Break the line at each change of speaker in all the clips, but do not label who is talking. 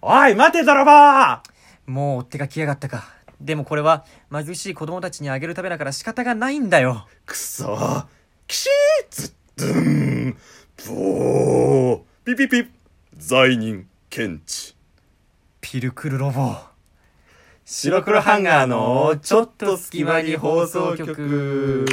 おい、待て、泥棒
もう追っ手が来やがったか。でもこれは貧しい子供たちにあげるためだから仕方がないんだよ。
くそキシーズドゥンボーピピピ罪人検知
ピルクルロボ。
白黒ハンガーのちょっと隙間に放送局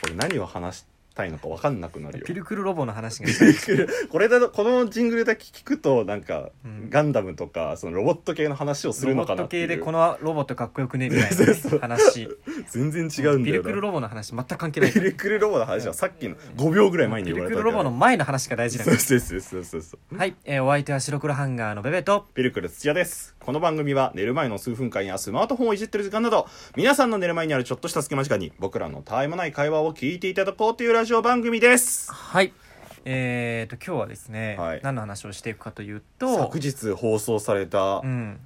これ何を話したいのか分かんなくなるよ
ピルクルロボの話が。
これだとこのジングルだけ聞くとなんか、
うん
ガンダムとかそのロボット系の話をするのかなっていう
ロボット系でこのロボットかっこよくねみた いなね話。
全然違うんだよな
ピルクルロボの話全く関係ない。
ピルクルロボの話はさっきの5秒ぐらい前に
ピ
言わ
ル
れ
ク
た
ルロボの前の話が大事だ
そうそうそうそうそうそう
はい、えーお相手は白黒ハンガーのベベと、
ピルクル土屋です。この番組は寝る前の数分間やスマートフォンをいじってる時間など、皆さんの寝る前にあるちょっとした隙間時間に僕らのたわいもない会話を聞いていただこうというラジオ番組です。
はい。えーと、今日はですね、
はい
何の話をしていくかというと
昨、日放送された
うん、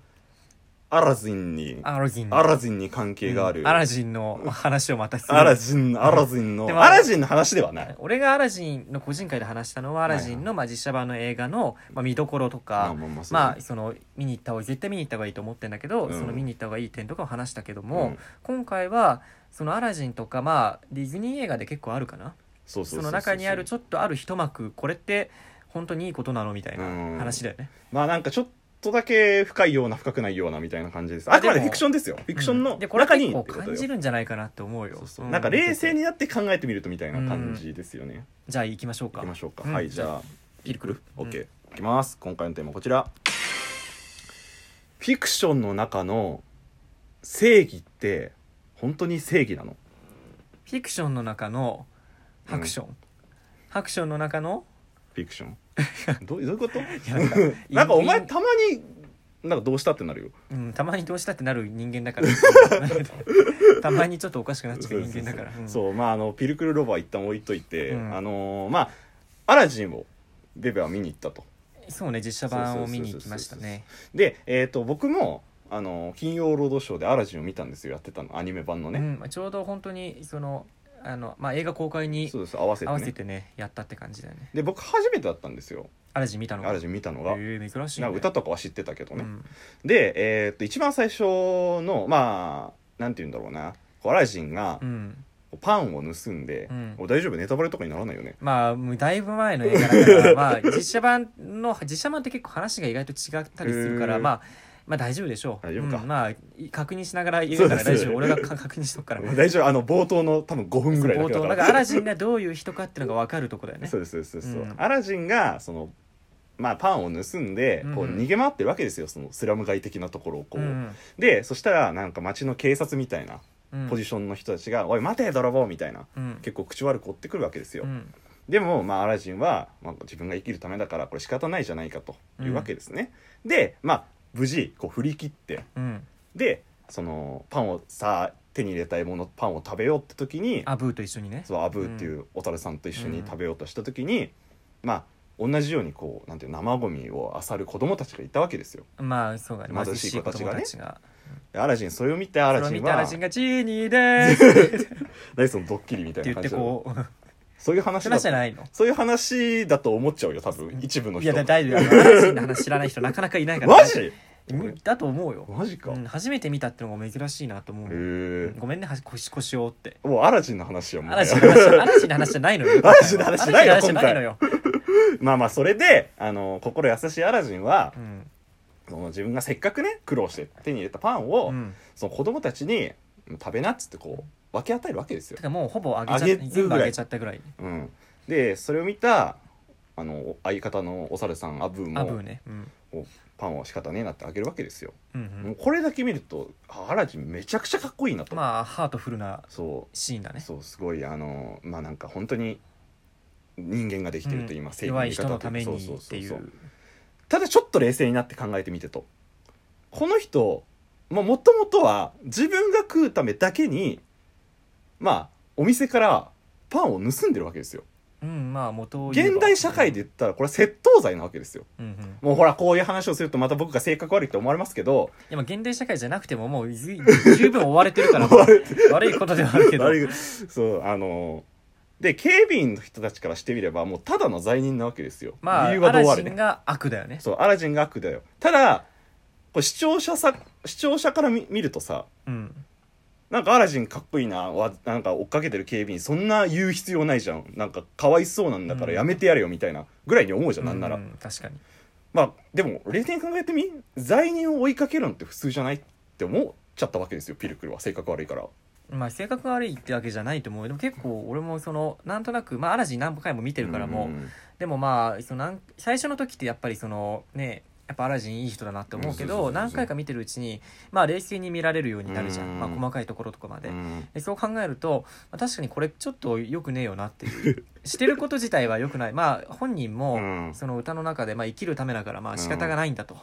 アラジンに、
アラジンの
アラジンに関係がある。
うんアラジンの話をまたする
アラジン、アラジン
で
の、
も
アラジンの話ではない。
俺がアラジンの個人会で話したのはアラジンのまあ実写版の映画のまあ見どころと
まあ
か
まあまあそう
まあその見に行った方が絶対見に行った方がいいと思ってんだけど
うん
その見に行った方がいい点とかを話したけど
う
も
ん
今回はそのアラジンとかまあディズニー映画で結構あるかな
そうそう
そ
そう
の中にあるちょっとある一幕これって本当にいいことなのみたいな
うん
話だよね
まあなんかちょっとだけ深いような深くないようなみたいな感じです。あくまでフィクションですよ。フィクション
う
の
んでこれは
中に
結
ってこ
構
とよ。
感じるんじゃないかなって思うよ
そうそう
う
なんか冷静
見てて
になって考えてみるとみたいな感じですよね。
じゃあ行きましょう
行
か
きましょうか、
うん
はいじゃあ
ピルクル
オッケー
う
いきます今回のテーマはこちらフィクションの中の正義って本当に正義なの
フィクションの中のハクション、ハクションの中の
フィクション どうどういうこと
いやなんか
なんかお前
い
たまになんかどうしたってなるよ
うん、たまにどうしたってなる人間 だからたまにちょっとおかしくなっちゃう人間だから
そうそうそう
うん
そうまああのピルクルロボは一旦置いといて、
うん
あのーまあアラジンをベベは見に行ったと
そうね実写版を見に行きましたね
でえっ、と僕もあのー金曜ロードショーでアラジンを見たんですよやってたのアニメ版の
う
ね、
んまあちょうど本当にそのあの、まあ、映画公開に
そうです合わせて
合
ね
わせてねやったって感じだよね
で僕初めてだったんですよ
アラジン見たのが
アラジン見たのが、
えー珍しい、ね、
なんか歌とかは知ってたけど
う
ね、
ん
で、えーっと一番最初のまあなんて言うんだろうなこうアラジンが
うん
こうパンを盗んで、
うん
お大丈夫ネタバレとかにならないよね
まあもうだいぶ前の映画だか ら、まあ、実写版の実写版って結構話が意外と違ったりするから、
へー
まあまあ大丈夫でしょう
大丈夫か
うんまあい確認しながら言うから大
そうです
丈夫俺がか確認しと くから
大丈夫あの冒頭の多分5分ぐらいだ
冒
けだか
頭なん
ら
かアラジンがどういう人かっていうのが分かるとこだよね
そうですそうですそうですそう
うん
アラジンがそのまあパンを盗んでこう
うん
逃げ回ってるわけですよそのスラム街的なところをこう、
ん
でそしたらなんか街の警察みたいな
うん、
ポジションの人たちが「おい待て泥棒」みたいな
ョン、うん、
結構口悪く追ってくるわけですよ、
うん
でも、まあ、アラジンは、まあ、自分が生きるためだからこれ仕方ないじゃないかというわけですね、で、まあ、無事こう振り切って
うん、
でそのパンをさあ手に入れたいものパンを食べようって時に
アブーと一緒にね
そうアブーっていうおたるさんと一緒に食べようとした時に、まあ同じようにこうなんていうの生ゴミを漁る子供たちがいたわけですよ
まあそうだね
貧しい子たちがね
貧しい子供たちが
でアラジンそれを見てア
そ
ラ
れを
ジ
見
ン
てア
は
ラジンが「ジーニーです」って
何 そのドッキリみたい
言
な感
って
じだ
こう
そういう話だ
話じゃないの
そういう話だと思っちゃうよ多分一部の
い
人
やだ大丈夫あのアラジンの話知らない人なかなかいないか ら
マジ
無理だと思うよ、
マジか、
うん、初めて見たってのが珍しいなと思う
へ
の、
え
ごめんねはし腰腰をって
もうアラジンの話よもう
アラジン の話アラジンの話じゃないのよ
アラジンの話じゃないの
アラジンの話じゃないのよ、
まあまあそれであの心優しいアラジンは
う、ん
その自分がせっかくね苦労して手に入れたパンを、
うん、
その子供たちに食べなっつってこう分け与えるわけですよ
て、かもうほぼあげちゃ
あげる
っ
ぐらい
全部あげちゃったぐらい
うん、でそれを見たあの相方のお猿さんアブー
アブ
も
ーねうん
パンは仕方ねえなってあげるわけですよ、
うんう
も
ん
うこれだけ見るとあアラジンめちゃくちゃかっこいいなと、
まあハートフルな
そ
シーンだ
う
ね
そうすごいあのまあなんか本当に人間ができてると今、正義の
弱い
味
人の
方
ために
そうそう
っ
そ
て
う
い
そう
う
ただちょっと冷静になって考えてみてとこの人もともとは自分が食うためだけにまあお店からパンを盗んでるわけですよ
うんまあ元を言えば
現代社会で言ったらこれは窃盗罪なわけですよ
うんうん
もうほらこういう話をするとまた僕が性格悪いって思われますけど
でも現代社会じゃなくてもも うずい十分追われてるから悪いことではあるけど
悪いそうあので警備員の人たちからしてみればもうただの罪人なわけですよ、
まあ、
理由はどうあ
ア
れ
ラジ
ね
ンが悪だよね。
そうアラジンが悪だよただこれ視聴者さ視聴者から見見るとさ
うん。
なんかアラジンかっこいいなわなんか追っかけてる警備員そんな言う必要ないじゃんなんかかわいそうなんだからやめてやれよみたいなぐらいに思うじゃん、なんなら、
う確かに。
まあでも冷静に考えてみ罪人を追いかけるのって普通じゃないって思っちゃったわけですよピルクルは性格悪いから
まあ、性格が悪いってわけじゃないと思う。でも結構、俺もその、なんとなく、まあ、アラジン何回も見てるからもう、
ん
でもまあ、そのなん最初の時ってやっぱりその、ね、やっぱアラジンいい人だなって思うけ
うんそうそうそうそ
ど、
う
何回か見てるうちに、まあ、冷静に見られるようになるじゃ
うん
ん。まあ、細かいところとかまで
う。ん
でそう考えると、まあ、確かにこれちょっと良くねえよなっていうしてること自体は良くないまあ本人も、
うん
その歌の中で、まあ、生きるためだからまあ仕方がないんだと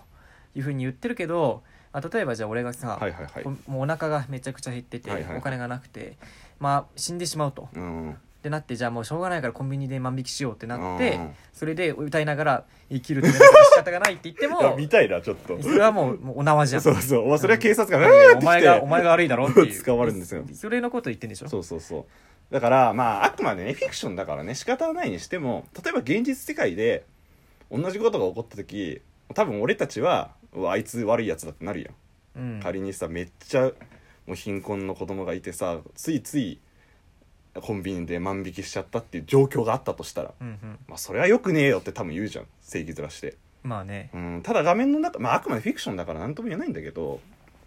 いうふうに言ってるけど、まあ、例えばじゃあ俺がさ、
はいはいはい
こもうお腹がめちゃくちゃ減ってて、
はいはいはい
お金がなくて、まあ、死んでしまうと
うん
でなってじゃあもうしょうがないからコンビニで万引きしようってなって、
うん
それで歌いながら生きるためだから仕方がないって言って
いや
も
見たいなちょっと
それはもうもうお縄じゃん
そうそう、まあ、それは警察官が、
いやいや
うん
お
っ
前
て来
が
て
お前が悪いだろっていう
捕まるんですよ
それのこと言ってんでしょ
そうそうそうだからまああくまでねフィクションだからね仕方はないにしても例えば現実世界で同じことが起こった時多分俺たちはうわあいつ悪いやつだってなるやん
うん
仮にさめっちゃもう貧困の子供がいてさついついコンビニで万引きしちゃったっていう状況があったとしたら、
うんうん
まあ、それはよくねえよって多分言うじゃん正義面して
まあね
うんただ画面の中、まあ、あくまでフィクションだから何とも言えないんだけど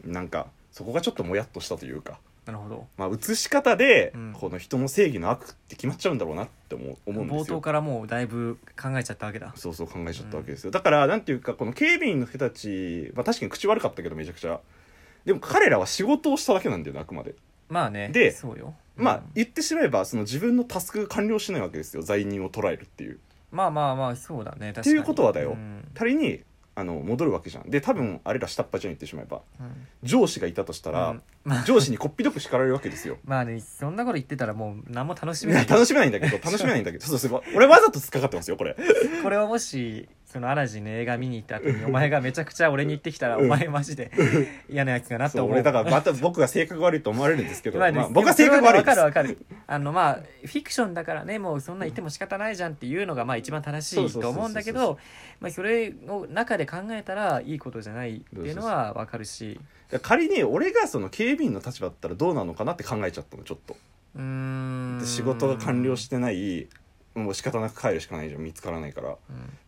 なんかそこがちょっともやっとしたというか、
なるほど
まあ、映し方で、
うん
この人の正義の悪って決まっちゃうんだろうなって思う思うんで
冒
すよ
頭からもうだいぶ考えちゃったわけだ
そうそう考えちゃったわけですよ、だからなんていうかこの警備員の人たち、まあ、確かに口悪かったけどめちゃくちゃでも彼らは仕事をしただけなんだよねあくまで
まあね
で
そうよ、
まあ
うん
言ってしまえばその自分のタスクが完了しないわけですよ罪人を捕らえるっていう
まあまあまあそうだね確かに
っていうことはだよ
うん
仮にあの戻るわけじゃんで多分あれら下っ端じゃん言ってしまえば
うん
上司がいたとしたら、
うんまあ
上司にこっぴどく叱られるわけですよ
まあねそんなこと言ってたらもう何も楽し
い
めな
や
い
楽しめないんだけど楽しめないんだけどそうそうそう俺わざと突っかかってますよこれ
これはもしそのアラジンの映画見に行った後にお前がめちゃくちゃ俺に言ってきたらお前マジで嫌なやつかなって
そう
思う
俺だからまた僕が性格悪いと思われるんですけど、
まあね
まあ、僕は性格悪いで
それ
す
はねわかるわかるあのまあフィクションだからねもうそんな言っても仕方ないじゃんっていうのがまあ一番正し
そう
い
そう
と
そうそう
思うんだけどまあそれの中で考えたらいいことじゃないっていうのはわかるし
だから仮に俺がその警備員の立場だったらどうなのかなって考えちゃったのちょっと
うーん
で仕事が完了してないもう仕方なく帰るしかないじゃん見つからないから
うんま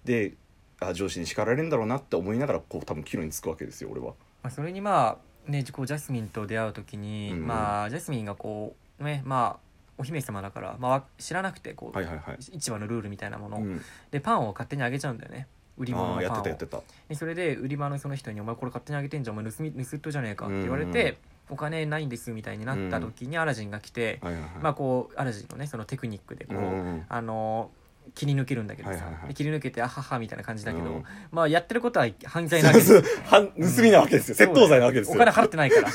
であ上司に叱られるんだろうなって思いながらこう多分帰路につくわけですよ俺は
あそれにまあねこうジャスミンと出会う時に
うん
まあジャスミンがこうねまあお姫様だからまあ知らなくてこう
はいはいはい、
市場のルールみたいなも
う
の
ん、
でパンを勝手にあげちゃうんだよね売り
あ
物の
あやっ
パ
てたや
ンを
ってた
でそれで売り場のその人に「お前これ勝手にあげてんじゃんお前盗み盗っ人じゃねえか」っ
うん
て
うん
言われて、お金ないんですみたいになった時にアラジンが来て、
はいはいはい
まあこうアラジンのねそのテクニックでこ
う
う、
ん
あの切り抜けるんだけどさ、
はいはいはい
で切り抜けて「あはは」みたいな感じだけど、
うん
まあやってることは 犯罪なわ
そう
けで
そ
す
うはん盗みなわけですよ、
うん
窃盗罪なわけです
お
よ
金払ってないから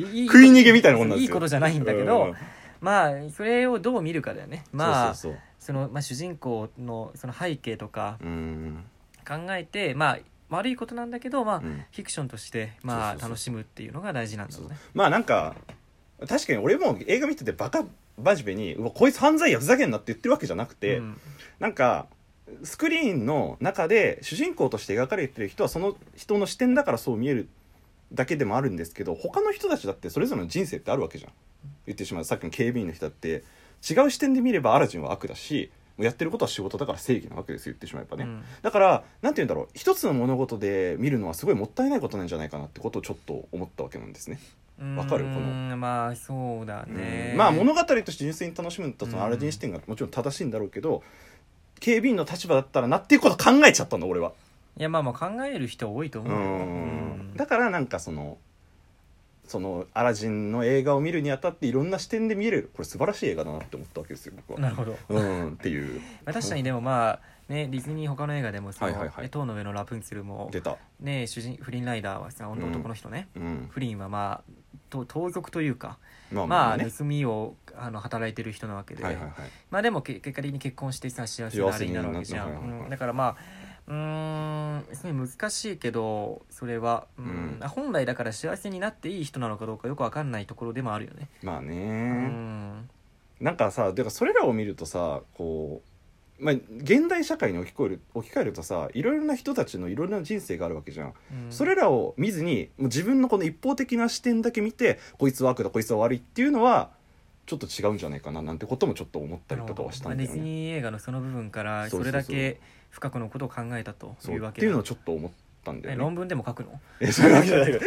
い い
食い逃げみたいなもんなんですよ
いいことじゃないんだけ
う
ど、
んうん
まあそれをどう見るかだよねまあそ
そうそう
の、まあ、主人公のその背景とか
そううん
考えてまあ悪いことなんだけどまあ、
うん
フィクションとしてまあ
そうそうそう
楽しむっていうのが大事なんだろうね
まあなんか確かに俺も映画見ててバカバジベに「うわこいつ犯罪やふざけんな」って言ってるわけじゃなくて、
うん
なんかスクリーンの中で主人公として描かれてる人はその人の視点だからそう見えるだけでもあるんですけど他の人たちだってそれぞれの人生ってあるわけじゃん言ってしまうさっきの警備員の人だって違う視点で見ればアラジンは悪だしやってることは仕事だから正義なわけですよ言ってしまえばね、
うん
だからなんて言うんだろう一つの物事で見るのはすごいもったいないことなんじゃないかなってことをちょっと思ったわけなんですね、わかるこの
うんまあそうだね
まあ物語として純粋に楽しむのとそのアラジン視点がもちろん正しいんだろうけど、警備員の立場だったらなっていうこと考えちゃったの俺は。
いやまあまあ考える人多いと思うようん
だからなんかそのそのアラジンの映画を見るにあたっていろんな視点で見えるこれ素晴らしい映画だなって思ったわけですよ僕
な
は。
るほ
う
ど
んっていう
まあ確かにでもまあねディズニー他の映画でもさ
はいはいはい
ね塔の上のラプンツェル」も
出た。
ね主人フリンライダーはさ
うん
男の人ね
うん、
フリンはまあと盗賊というか
まあ
ま
ま
あ
あね。
盗みをあの働いてる人なわけで
はいはいはい。
まあでもけ結果的に結婚してさ幸せなあれになるわけじゃん、
幸せになる
うんだからまあうーんすごい難しいけどそれは、うん
う
本来だから幸せになっていい人なのかどうかよくわかんないところでもあるよね
まあ
う
ね。
ん
なんかさだからそれらを見るとさこう、まあ、現代社会に置き換える置き換えるとさいろいろな人たちのいろいろな人生があるわけじゃん、
うん
それらを見ずにもう自分のこの一方的な視点だけ見てこいつは悪だこいつは悪いっていうのはちょっと違うんじゃないかななんてこともちょっと思ったりとかはしたんだよ
あのディ
ね。
ズニー映画のその部分から
そうそう
そ
そ
れ
う
だけ深くのことを考えたと
そ
いうう
っ
わ
て
け
い
だ
うのをちょっと思ったんだ
え
よね。
論文でも書くの
えそういうわけじゃないけど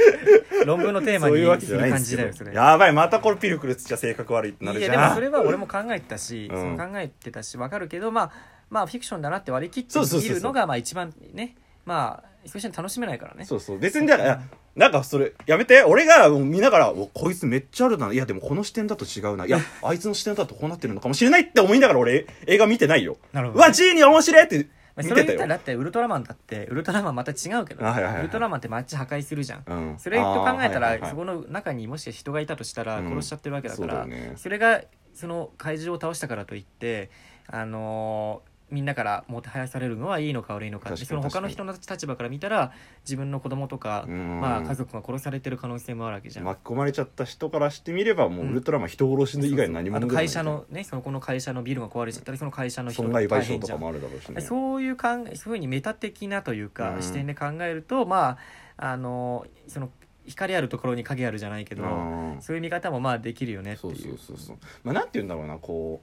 論文のテーマ
そういうわ
に
け
す
じゃ
る
ないんで
感
す
じ
け
だよ
ど
それ
やばいまたこれピルクルつっちゃ性格悪いってなる
い
じ
やでも
ゃ
そ
ん
れは俺も考えてたし、
うん
その考えてたし分かるけどまあまあフィクションだなって割り切って
そうそうそう
見
そう
るのがまあ一番ねまあ一緒に楽しめないからね
そうそう別にだからなんかそれやめて俺がもう見ながらおこいつめっちゃあるないやでもこの視点だと違うないやあいつの視点だとこうなってるのかもしれないって思いながら俺映画見てないよ
なる
う
ほどま
わジーニー面白いって
あ
見
それ
てた
言っ
よ
たらだってウルトラマンだってウルトラマンまた違うけど、
あはいはいはい
ウルトラマンって街破壊するじゃん
うん
それと考えた
あーはいはいは
ら
い
そこの中にもし人がいたとしたら
うん
殺しちゃってるわけだか
そうだ
ら、
よね
それがその怪獣を倒したからといってあのーみんなからもてはやされるのはいいのか悪いのかって
確か
そ
に
の他の人の立場から見たら自分の子供とか、
うん
まあ、家族が殺されてる可能性もあるわけじゃん。
巻き込まれちゃった人からしてみればもうウルトラマン人殺し以外何
あ
者
と
でもない
会社のねそのこの会社のビルが壊れちゃったりその会社の人
損害賠
大
償
変
と
じゃ
か
ん
もあるだろうしね
そういう考えそういうふうにメタ的なというか、
うん
視点で考えるとまああのその光あるところに影あるじゃないけど、
うん
そういう見方もまあできるよねって
そ
いうう
そうそうそうまあなんて言うんだろうなこ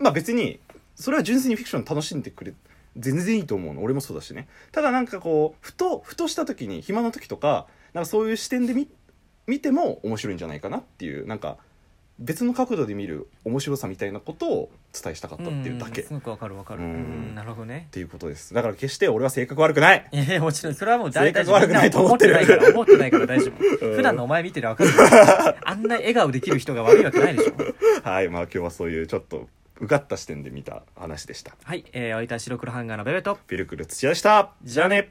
うまあ別にそれは純粋にフィクション楽しんでくれ全然いいと思うの俺もそうだしねただなんかこうふとふとした時に暇な時とかなんかそういう視点で見見ても面白いんじゃないかなっていうなんか別の角度で見る面白さみたいなことをお伝えしたかったっていうだけ、
んすごくわかるわかる、
う
うんんなるほどね
っていうことですだから決して俺は性格悪くない
いやいやもちろんそれはもう大 体
性格悪くないと思ってる
思ってないから思ってないから大丈夫、
うん
普段のお前見てるわかるよあんな笑顔できる人が悪いわけないでしょ
はいまあ今日はそういうちょっとうがった視点で見た話でした
はい、えー、お相手は白黒ハンガーのベベと
ピルクル土屋でしたじゃあね